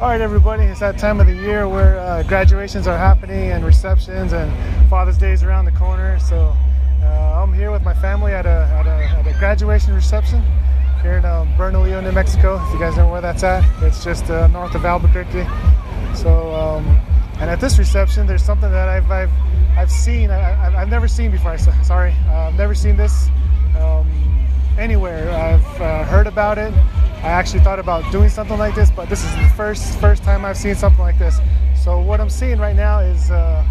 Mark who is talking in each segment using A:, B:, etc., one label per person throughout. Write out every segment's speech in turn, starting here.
A: right, everybody. It's that time of the year where uh, graduations are happening and receptions, and Father's Day is around the corner. So uh, I'm here with my family at a, at a, at a graduation reception here in um, Bernalillo, New Mexico. If you guys know where that's at, it's just uh, north of Albuquerque. So, um, and at this reception, there's something that I've I've, I've seen. I, I, I've never seen before. So- Sorry, uh, I've never seen this um, anywhere. I've uh, heard about it. I actually thought about doing something like this, but this is the first first time I've seen something like this. So what I'm seeing right now is. Uh,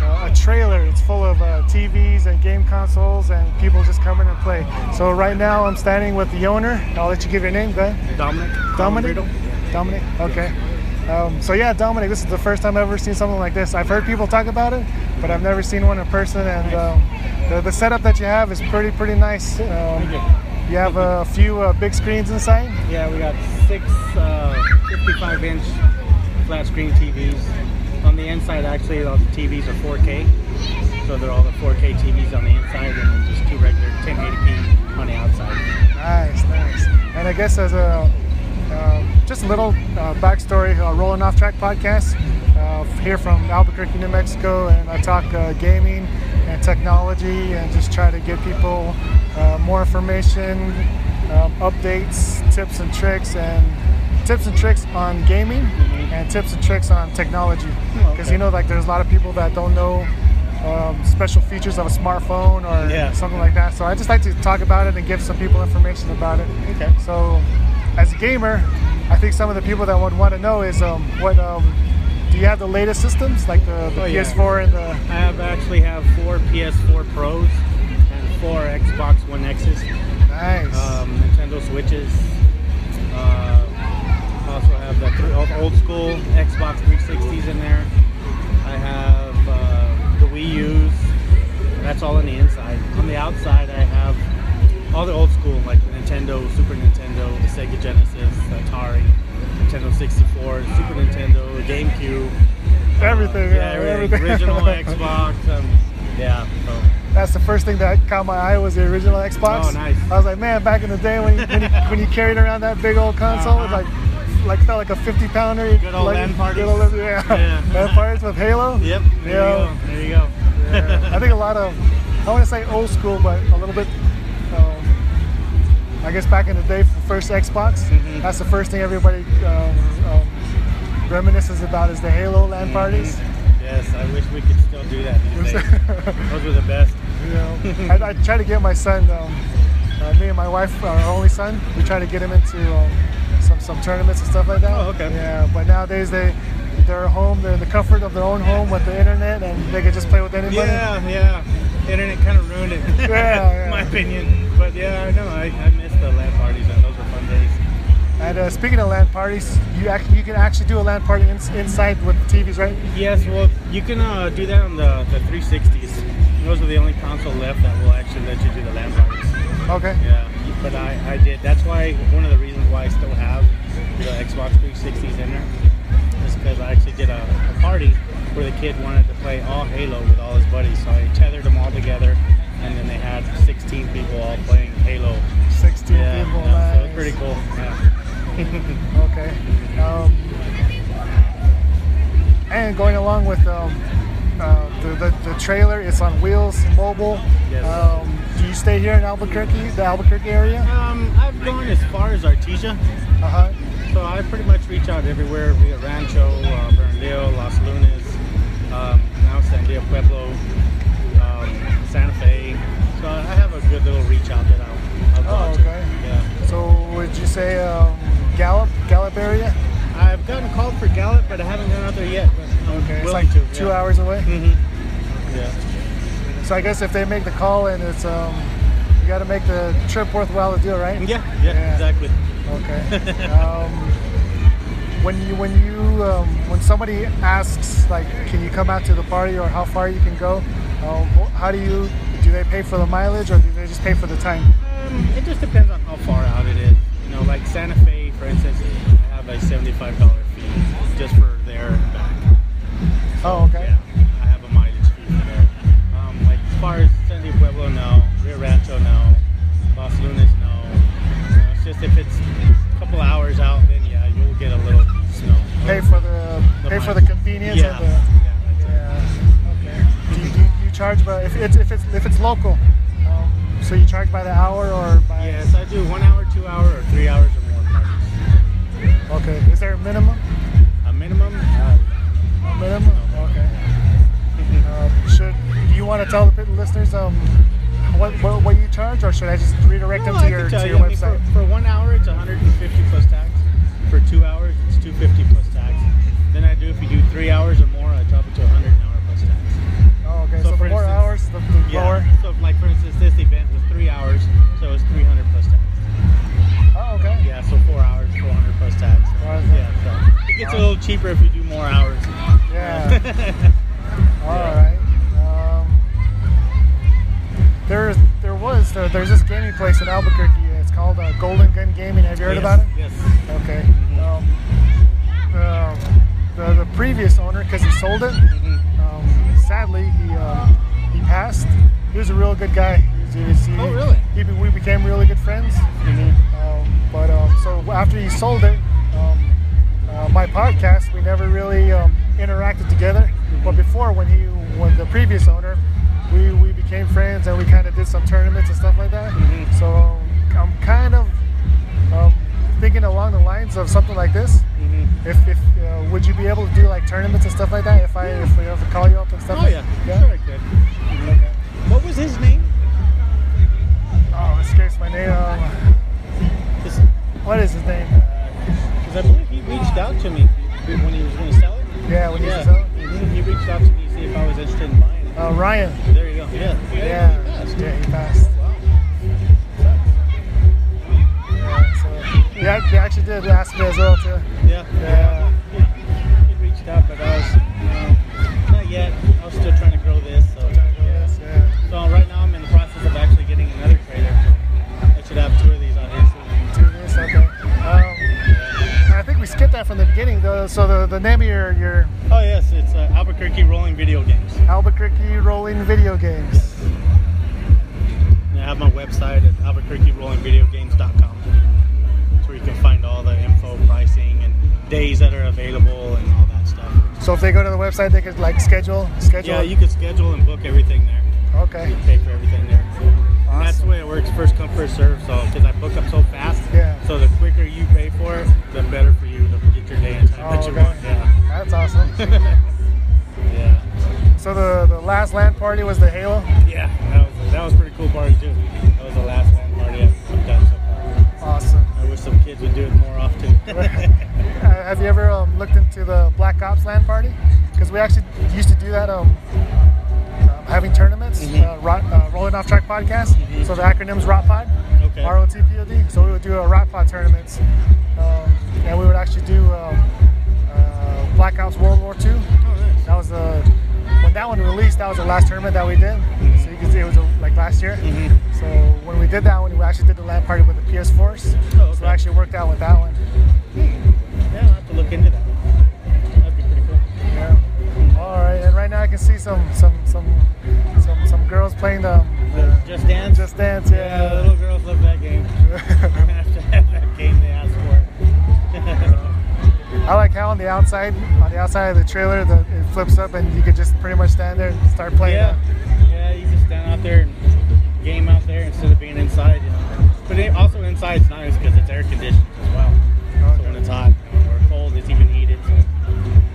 A: uh, a trailer. It's full of uh, TVs and game consoles and people just come in and play. So right now I'm standing with the owner. I'll let you give your name, go ahead.
B: Dominic.
A: Dominic.
B: Riddle.
A: Dominic. Okay. Um, so yeah, Dominic. This is the first time I've ever seen something like this. I've heard people talk about it, but I've never seen one in person. And um, the, the setup that you have is pretty pretty nice. Um,
B: you.
A: you have a few uh, big screens inside.
B: Yeah, we got six uh, 55 inch flat screen TVs. On the inside, actually, all the TVs are 4K. So they're all the 4K TVs on the inside and then just two regular 1080p on the outside.
A: Nice, nice. And I guess as a um, just a little uh, backstory, uh, Rolling Off Track podcast uh, here from Albuquerque, New Mexico, and I talk uh, gaming and technology, and just try to give people uh, more information, um, updates, tips and tricks, and tips and tricks on gaming,
B: Mhm.
A: and tips and tricks on technology.
B: Oh,
A: Because
B: okay.
A: you know, like there's a lot of people that don't know. Um, special features of a smartphone or
B: Yeah.
A: something like that. So I just like to talk about it and give some people information about it.
B: Okay.
A: So, as a gamer, I think some of the people that would want to know is um, what um, do you have the latest systems like the, the
B: Oh, yeah.
A: PS4 and the
B: I have actually have four PS4 Pros and four Xbox One X's.
A: nice.
B: um, Nintendo Switches. Uh, also have the thr- old- old school Xbox 360s in there. I have uh, the Wii U's. That's all on the inside. On the outside, I have all the old school, like the Nintendo, Super Nintendo, the Sega Genesis, Atari, Nintendo 64, Super Nintendo, GameCube. uh,
A: Everything,
B: yeah,
A: yeah, everything.
B: everything. Original Xbox. Um, yeah. So.
A: That's the first thing that caught my eye was the original Xbox.
B: Oh, nice.
A: I was like, man, back in the day when you, when you, when you carried around that big old console,
B: Uh-huh.
A: it like like felt like a 50 pounder. You
B: Good old
A: like,
B: LAN parties.
A: good old- yeah.
B: Yeah.
A: LAN parties with Halo.
B: Yep. There
A: Yeah.
B: you go. There you go.
A: Yeah. I think a lot of, I want to say old school, but a little bit, um, I guess back in the day, for first Xbox,
B: Mhm.
A: that's the first thing everybody um, um, reminisces about is the Halo
B: Mm-hmm.
A: LAN parties.
B: Yes, I wish we could still do that these days. Those were the best.
A: you know, I, I try to get my son, um, uh, me and my wife, our only son, we try to get him into um, some, some tournaments and stuff like that.
B: Oh, okay.
A: Yeah, but nowadays they, they're home, they're in the comfort of their own home with the internet and they can just play with anybody.
B: Yeah, yeah. Internet kind of ruined it.
A: Yeah,
B: in my
A: yeah.
B: opinion. But yeah, I know. I, I miss the LAN parties, and those were fun days.
A: And uh, speaking of LAN parties, you act- you can actually do a LAN party in- inside with TVs, right?
B: Yes, well, you can uh, do that on the, the 360s. Those are the only console left that will actually let you do the LAN parties.
A: Okay.
B: Yeah, but I, I did. That's why one of the reasons why I still have the Xbox 360s in there is because I actually did a, a party where the kid wanted to play all Halo with all his buddies. So I tethered them all together, and then they had 16 people all playing Halo.
A: 16
B: yeah,
A: people.
B: yeah, so it was
A: nice.
B: pretty cool. Yeah.
A: Okay. Um, and going along with um, uh, the, the, the trailer, it's on wheels, mobile.
B: Yes.
A: Um, do you stay here in Albuquerque, the Albuquerque area?
B: Um, I've gone as far as Artesia,
A: Uh huh.
B: so I pretty much reach out everywhere via Rancho, uh, Bernalillo, Las Lunas, um, now San Diego Pueblo, um, Santa Fe. So I have a good little reach out that I'll,
A: Oh,
B: I'll go to.
A: okay.
B: Yeah.
A: So would you say um, Gallup, Gallup area?
B: I've gotten called for Gallup, but I haven't gone out there yet. But I'm
A: It's
B: willing
A: like
B: to.
A: two
B: yeah.
A: hours away.
B: Mm-hmm. Yeah.
A: So I guess if they make the call and it's um, you got to make the trip worthwhile to do it, right?
B: yeah. Yeah.
A: Yeah.
B: Exactly.
A: Okay. um, when you when you um, when somebody asks like, can you come out to the party or how far you can go? Um, wh- how do you do? They pay for the mileage or do they just pay for the time?
B: Um, it just depends on how far out it is. You know, like Santa Fe, for instance, I have a seventy-five dollar fee just for there and back.
A: Oh, okay.
B: Yeah, I have a mileage fee for there. Um, like as far as San Diego Pueblo, no. Rio Rancho, no. Los Lunas, no. You know, it's just if it's a couple hours out, then yeah, you'll get a little, you know, a
A: pay for the,
B: The
A: pay for the
B: mic.
A: convenience
B: yeah.
A: and the.
B: yeah, that's
A: Yeah.
B: it.
A: Okay. Do you, do you- you charge by if it's if it's if it's local? Um, so you charge by the hour or by?
B: Yes, I do one hour, two hour, or three hours or more parties.
A: Okay. Is there a minimum?
B: A minimum. Uh,
A: A minimum. Okay. Um, should do you want to tell the pit- listeners um what, what what you charge or should I just redirect
B: no,
A: them to
B: I
A: your
B: can tell
A: to
B: you.
A: your
B: I mean,
A: website?
B: for, for one hour, it's 150 plus tax. For two hours, it's 250 plus tax. Then I do if you do three hours or more, I drop it to 100 an hour plus tax.
A: oh, okay. So,
B: so
A: the
B: for
A: more
B: instance-
A: hours, the, the lower.
B: Yeah. So, like for instance, this event was three hours, so it was 300 plus tax.
A: Oh, okay.
B: Yeah, so four hours, 400 plus tax.
A: Wow.
B: Yeah, so it gets a little cheaper if you do more hours.
A: Yeah. All right. Um, there, there was there, there's this gaming place in Albuquerque. It's called uh, Golden Gun Gaming. Have you heard
B: Yes,
A: about it?
B: Yes. Mm-hmm.
A: Okay. Um, um, the, the previous owner, because he sold it, um, sadly he um, he passed. He was a real good guy. He was- he was- he-
B: Oh, really?
A: He, be- we became really good friends.
B: Mm-hmm.
A: Um, but um, so after he sold it, um, uh, my podcast, we never really um, interacted together. But
B: Mm-hmm.
A: before, when he, when the previous owner, we, we became friends and we kind of did some tournaments and stuff like that.
B: Mhm.
A: So um, I'm kind of um, thinking along the lines of something like this.
B: hmm
A: If, if uh, would you be able to do like tournaments and stuff like that? If I if we ever call you up and stuff.
B: Oh
A: like-
B: yeah. Sure, I could.
A: Okay.
B: Mm-hmm. What was his name?
A: Oh, it escapes my name. Um,
B: His,
A: what is his name?
B: Because I believe he reached out to me when he was going to sell it.
A: Yeah, when he was selling.
B: Mhm. He reached out to me to see if I was interested in buying it.
A: Uh, Ryan.
B: There you go. Yeah.
A: Yeah.
B: Fast.
A: Yeah, he passed.
B: Wow.
A: Yeah, so he act- he actually did ask me as well too.
B: Yeah.
A: Yeah.
B: Yeah. He reached out, but I was, you know, not yet. I was still trying to grow this. So,
A: Yes, yeah.
B: so right now I'm in the process of actually getting another trailer. I should have two of these out here soon.
A: Do this, okay. Um, I think we skipped that from the beginning though. So the, the name of your your
B: Oh yes, it's uh, Albuquerque Rolling Video Games.
A: Albuquerque Rolling Video Games.
B: And I have my website at albuquerquerollingvideogames.com. It's where you can find all the info, pricing, and days that are available and all that stuff.
A: So if they go to the website, they could like schedule schedule.
B: Yeah, you can schedule and book everything there.
A: Okay.
B: You pay for everything there. And that's the
A: Awesome.
B: way it works, first come, first serve. So, because I book up so fast,
A: Yeah.
B: so the quicker you pay for it, the better for you to get your day and time that
A: Oh,
B: you
A: okay.
B: want. Yeah.
A: That's awesome.
B: yeah.
A: so the the last land party was the Halo.
B: Yeah, that was, that was a pretty cool party too. That was the last land party I've done so far.
A: Awesome.
B: I wish some kids would do it more often.
A: Uh, have you ever um, looked into the Black Ops land party? Because we actually used to do that. Um, um, having tournaments,
B: Mhm.
A: uh, ro- uh, rolling off track podcast.
B: Mhm.
A: So the acronym's ROT Pod,
B: Okay.
A: R O T P O D. So we would do a ROT Pod tournaments, um, and we would actually do um, uh, Black Ops World War II.
B: Oh, nice.
A: That was the when that one released. That was the last tournament that we did. So you can see it was uh, like last year.
B: Mhm.
A: So when we did that one, we actually did the land party with the PS4s.
B: Oh, okay.
A: So it actually worked out with that one.
B: Yeah, I'll have to look into that. That'd be pretty cool.
A: Yeah. All right. And right now I can see some some some some, some girls playing the,
B: The
A: the
B: Just Dance?
A: Just Dance.
B: yeah,
A: uh,
B: little girls love that game. I'm gonna have to have that game they asked for.
A: I like how on the outside on the outside of the trailer, the, it flips up and you could just pretty much stand there and start playing.
B: yeah, yeah, you can stand out there and game out there instead of being inside, you know. But it, also inside's nice because it's air conditioned as well. So when it's hot or cold, it's even heated. So.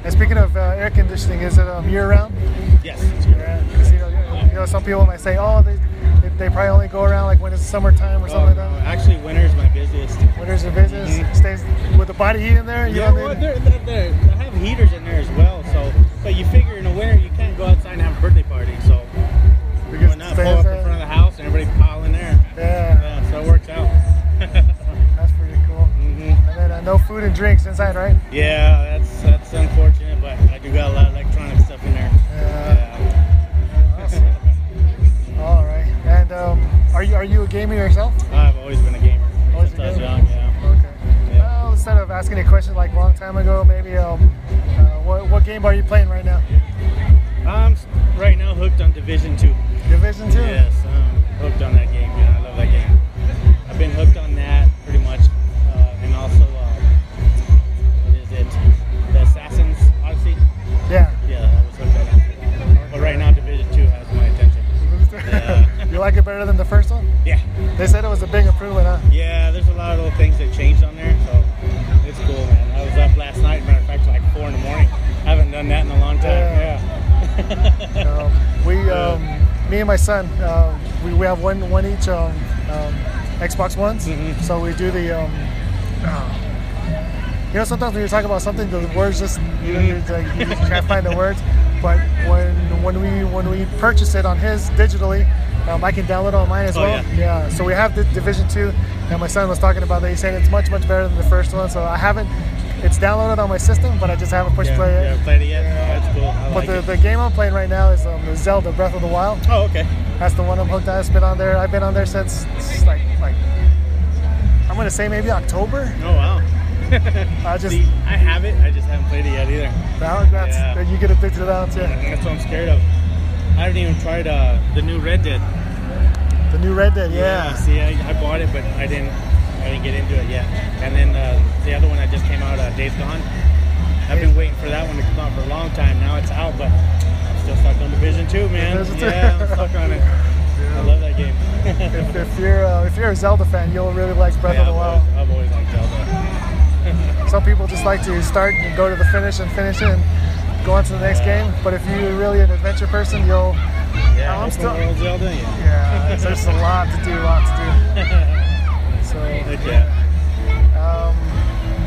A: And speaking of uh, air conditioning, is it um, year round?
B: Yes, it's good.
A: Because you know, you know, some people might say, oh, they, they, they probably only go around like when it's summertime or
B: Oh,
A: something
B: no,
A: like that.
B: actually, winter's my busiest.
A: Winter's a business.
B: Mhm.
A: Stays with the body heat in there. You
B: Yeah,
A: know,
B: well,
A: what I mean?
B: they're, they're, they're, they have heaters in there as well. So, but you figure in the winter you can't go outside and have a birthday party. So,
A: Because
B: why not
A: it
B: pull
A: stays
B: up in
A: there.
B: front of the house and everybody pile in there?
A: Yeah,
B: Yeah, so it works out.
A: that's pretty cool.
B: hmm
A: And then uh, no food and drinks inside, right?
B: Yeah, that's that's unfortunate, but I do got a lot of electronic stuff in there.
A: Yeah.
B: Yeah.
A: Awesome. All right. And um, are you are you a gamer yourself?
B: I've always been a gamer
A: Always
B: since
A: a
B: I was
A: gamer.
B: young. Yeah.
A: Okay.
B: Yeah.
A: Well, instead of asking a question like a long time ago, maybe um, uh, what, what game are you playing right now?
B: I'm s- right now hooked on Division Two.
A: Division Two.
B: Yes, I'm hooked on that game. Yeah, I love that game. I've been hooked on that pretty much, uh, and also uh, what is it? That
A: You like it better than the first one?
B: Yeah.
A: They said it was a big improvement, huh?
B: Yeah, there's a lot of little things that changed on there, so it's cool, man. I was up last night, matter of fact, like four in the morning. I haven't done that in a long time. Yeah.
A: Um, we, um, me and my son, um, we, we have one one each um, um, Xbox Ones.
B: Mhm.
A: So we do the. Um, you know, sometimes when you talk about something, the words just you know, you're
B: Mm-hmm.
A: like, you just can't find the words. But when when we when we purchase it on his digitally, um, I can download it on mine as
B: Oh,
A: well. Yeah. So we have the Division Two, and my son was talking about that. He said it's much much better than the first one. So I haven't. It's downloaded on my system, but I just haven't pushed
B: yeah,
A: play yet.
B: you haven't played it yet?
A: Yeah.
B: Oh, that's cool. I
A: But
B: like
A: the,
B: it.
A: the game I'm playing right now is um, Zelda Breath of the Wild.
B: oh, okay.
A: That's the one I'm hooked on. It's been on there. I've been on there since it's like like I'm gonna say maybe October.
B: Oh, wow.
A: I just-
B: See, I have it. I just haven't played it yet either.
A: That, that's
B: Yeah.
A: you get addicted to that too.
B: That's what I'm scared of. I haven't even tried uh, the new Red Dead.
A: The new Red Dead, yeah.
B: See, I, I bought it, but I didn't. I didn't get into it yet. And then uh, the other one that just came out, uh, Days Gone. I've been waiting for that one to come out for a long time. Now it's out, but I'm still stuck on Division Two, man.
A: Division two.
B: Yeah, I'm stuck on it. I love that game.
A: If, if you're uh, if you're a Zelda fan, you'll really like Breath
B: yeah,
A: of the
B: I've,
A: Wild.
B: always, I've always liked Zelda.
A: Some people just like to start and go to the finish and finish it and go on to the next
B: Yeah.
A: game. But if you're really an adventure person, you'll
B: Yeah,
A: I'm
B: open
A: still-
B: world Zelda. Yeah.
A: yeah. there's a lot to do, a lot to do. So
B: Heck yeah.
A: Um,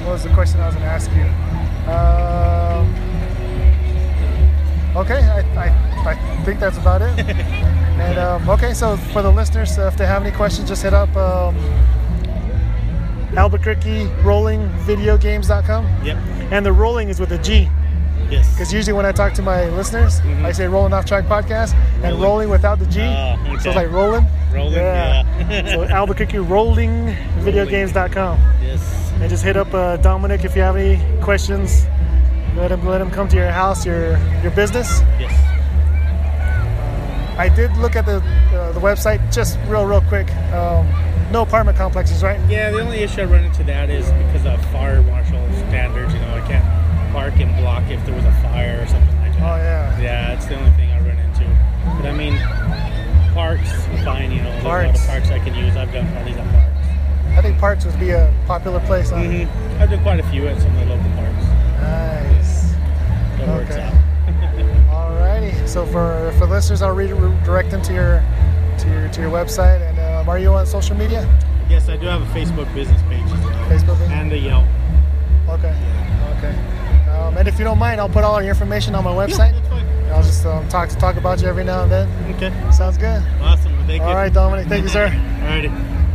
A: what was the question I was going to ask you? Um, okay, I, I, I think that's about it. and um, okay, so for the listeners, uh, if they have any questions, just hit up um, Albuquerque Rolling Video Games.com.
B: Yep.
A: And the rolling is with a G.
B: Yes.
A: Because usually when I talk to my listeners,
B: Mhm.
A: I say rolling off track podcast and
B: Rolling.
A: rolling without the G.
B: Ah,
A: So
B: okay.
A: it's like rolling.
B: Rolling, yeah.
A: so Albuquerque Rolling Video
B: Rolling.
A: Games.com
B: yes.
A: and just hit up uh, Dominic if you have any questions. Let him let him come to your house, your your business.
B: Yes.
A: I did look at the uh, the website just real real quick. Um, no apartment complexes, right?
B: Yeah, the only issue I run into that is because of fire marshal standards. You know, I can't park and block if there was a fire or something like that.
A: Oh yeah.
B: Yeah, it's the only thing I run into. But I mean, parks, fine, you know, there's
A: Parks.
B: a lot of parks I can use. I've done parties at parks.
A: I think parks would be a popular place. Huh?
B: hmm I've done quite a few at some of the local parks.
A: Nice.
B: It works
A: Okay.
B: out.
A: Alrighty. So for for listeners, I'll re- redirect them to your to your to your website. And um, are you on social media?
B: yes, I do have a Facebook business page as well.
A: Facebook business?
B: And a Yelp.
A: Okay. Okay. Um, and if you don't mind, I'll put all your information on my
B: Yeah,
A: website.
B: that's fine.
A: And I'll just um, talk talk about you every now and then.
B: Okay.
A: Sounds good.
B: Awesome. Well, thank
A: All
B: you.
A: right, Dominic. Thank you, sir.
B: All righty.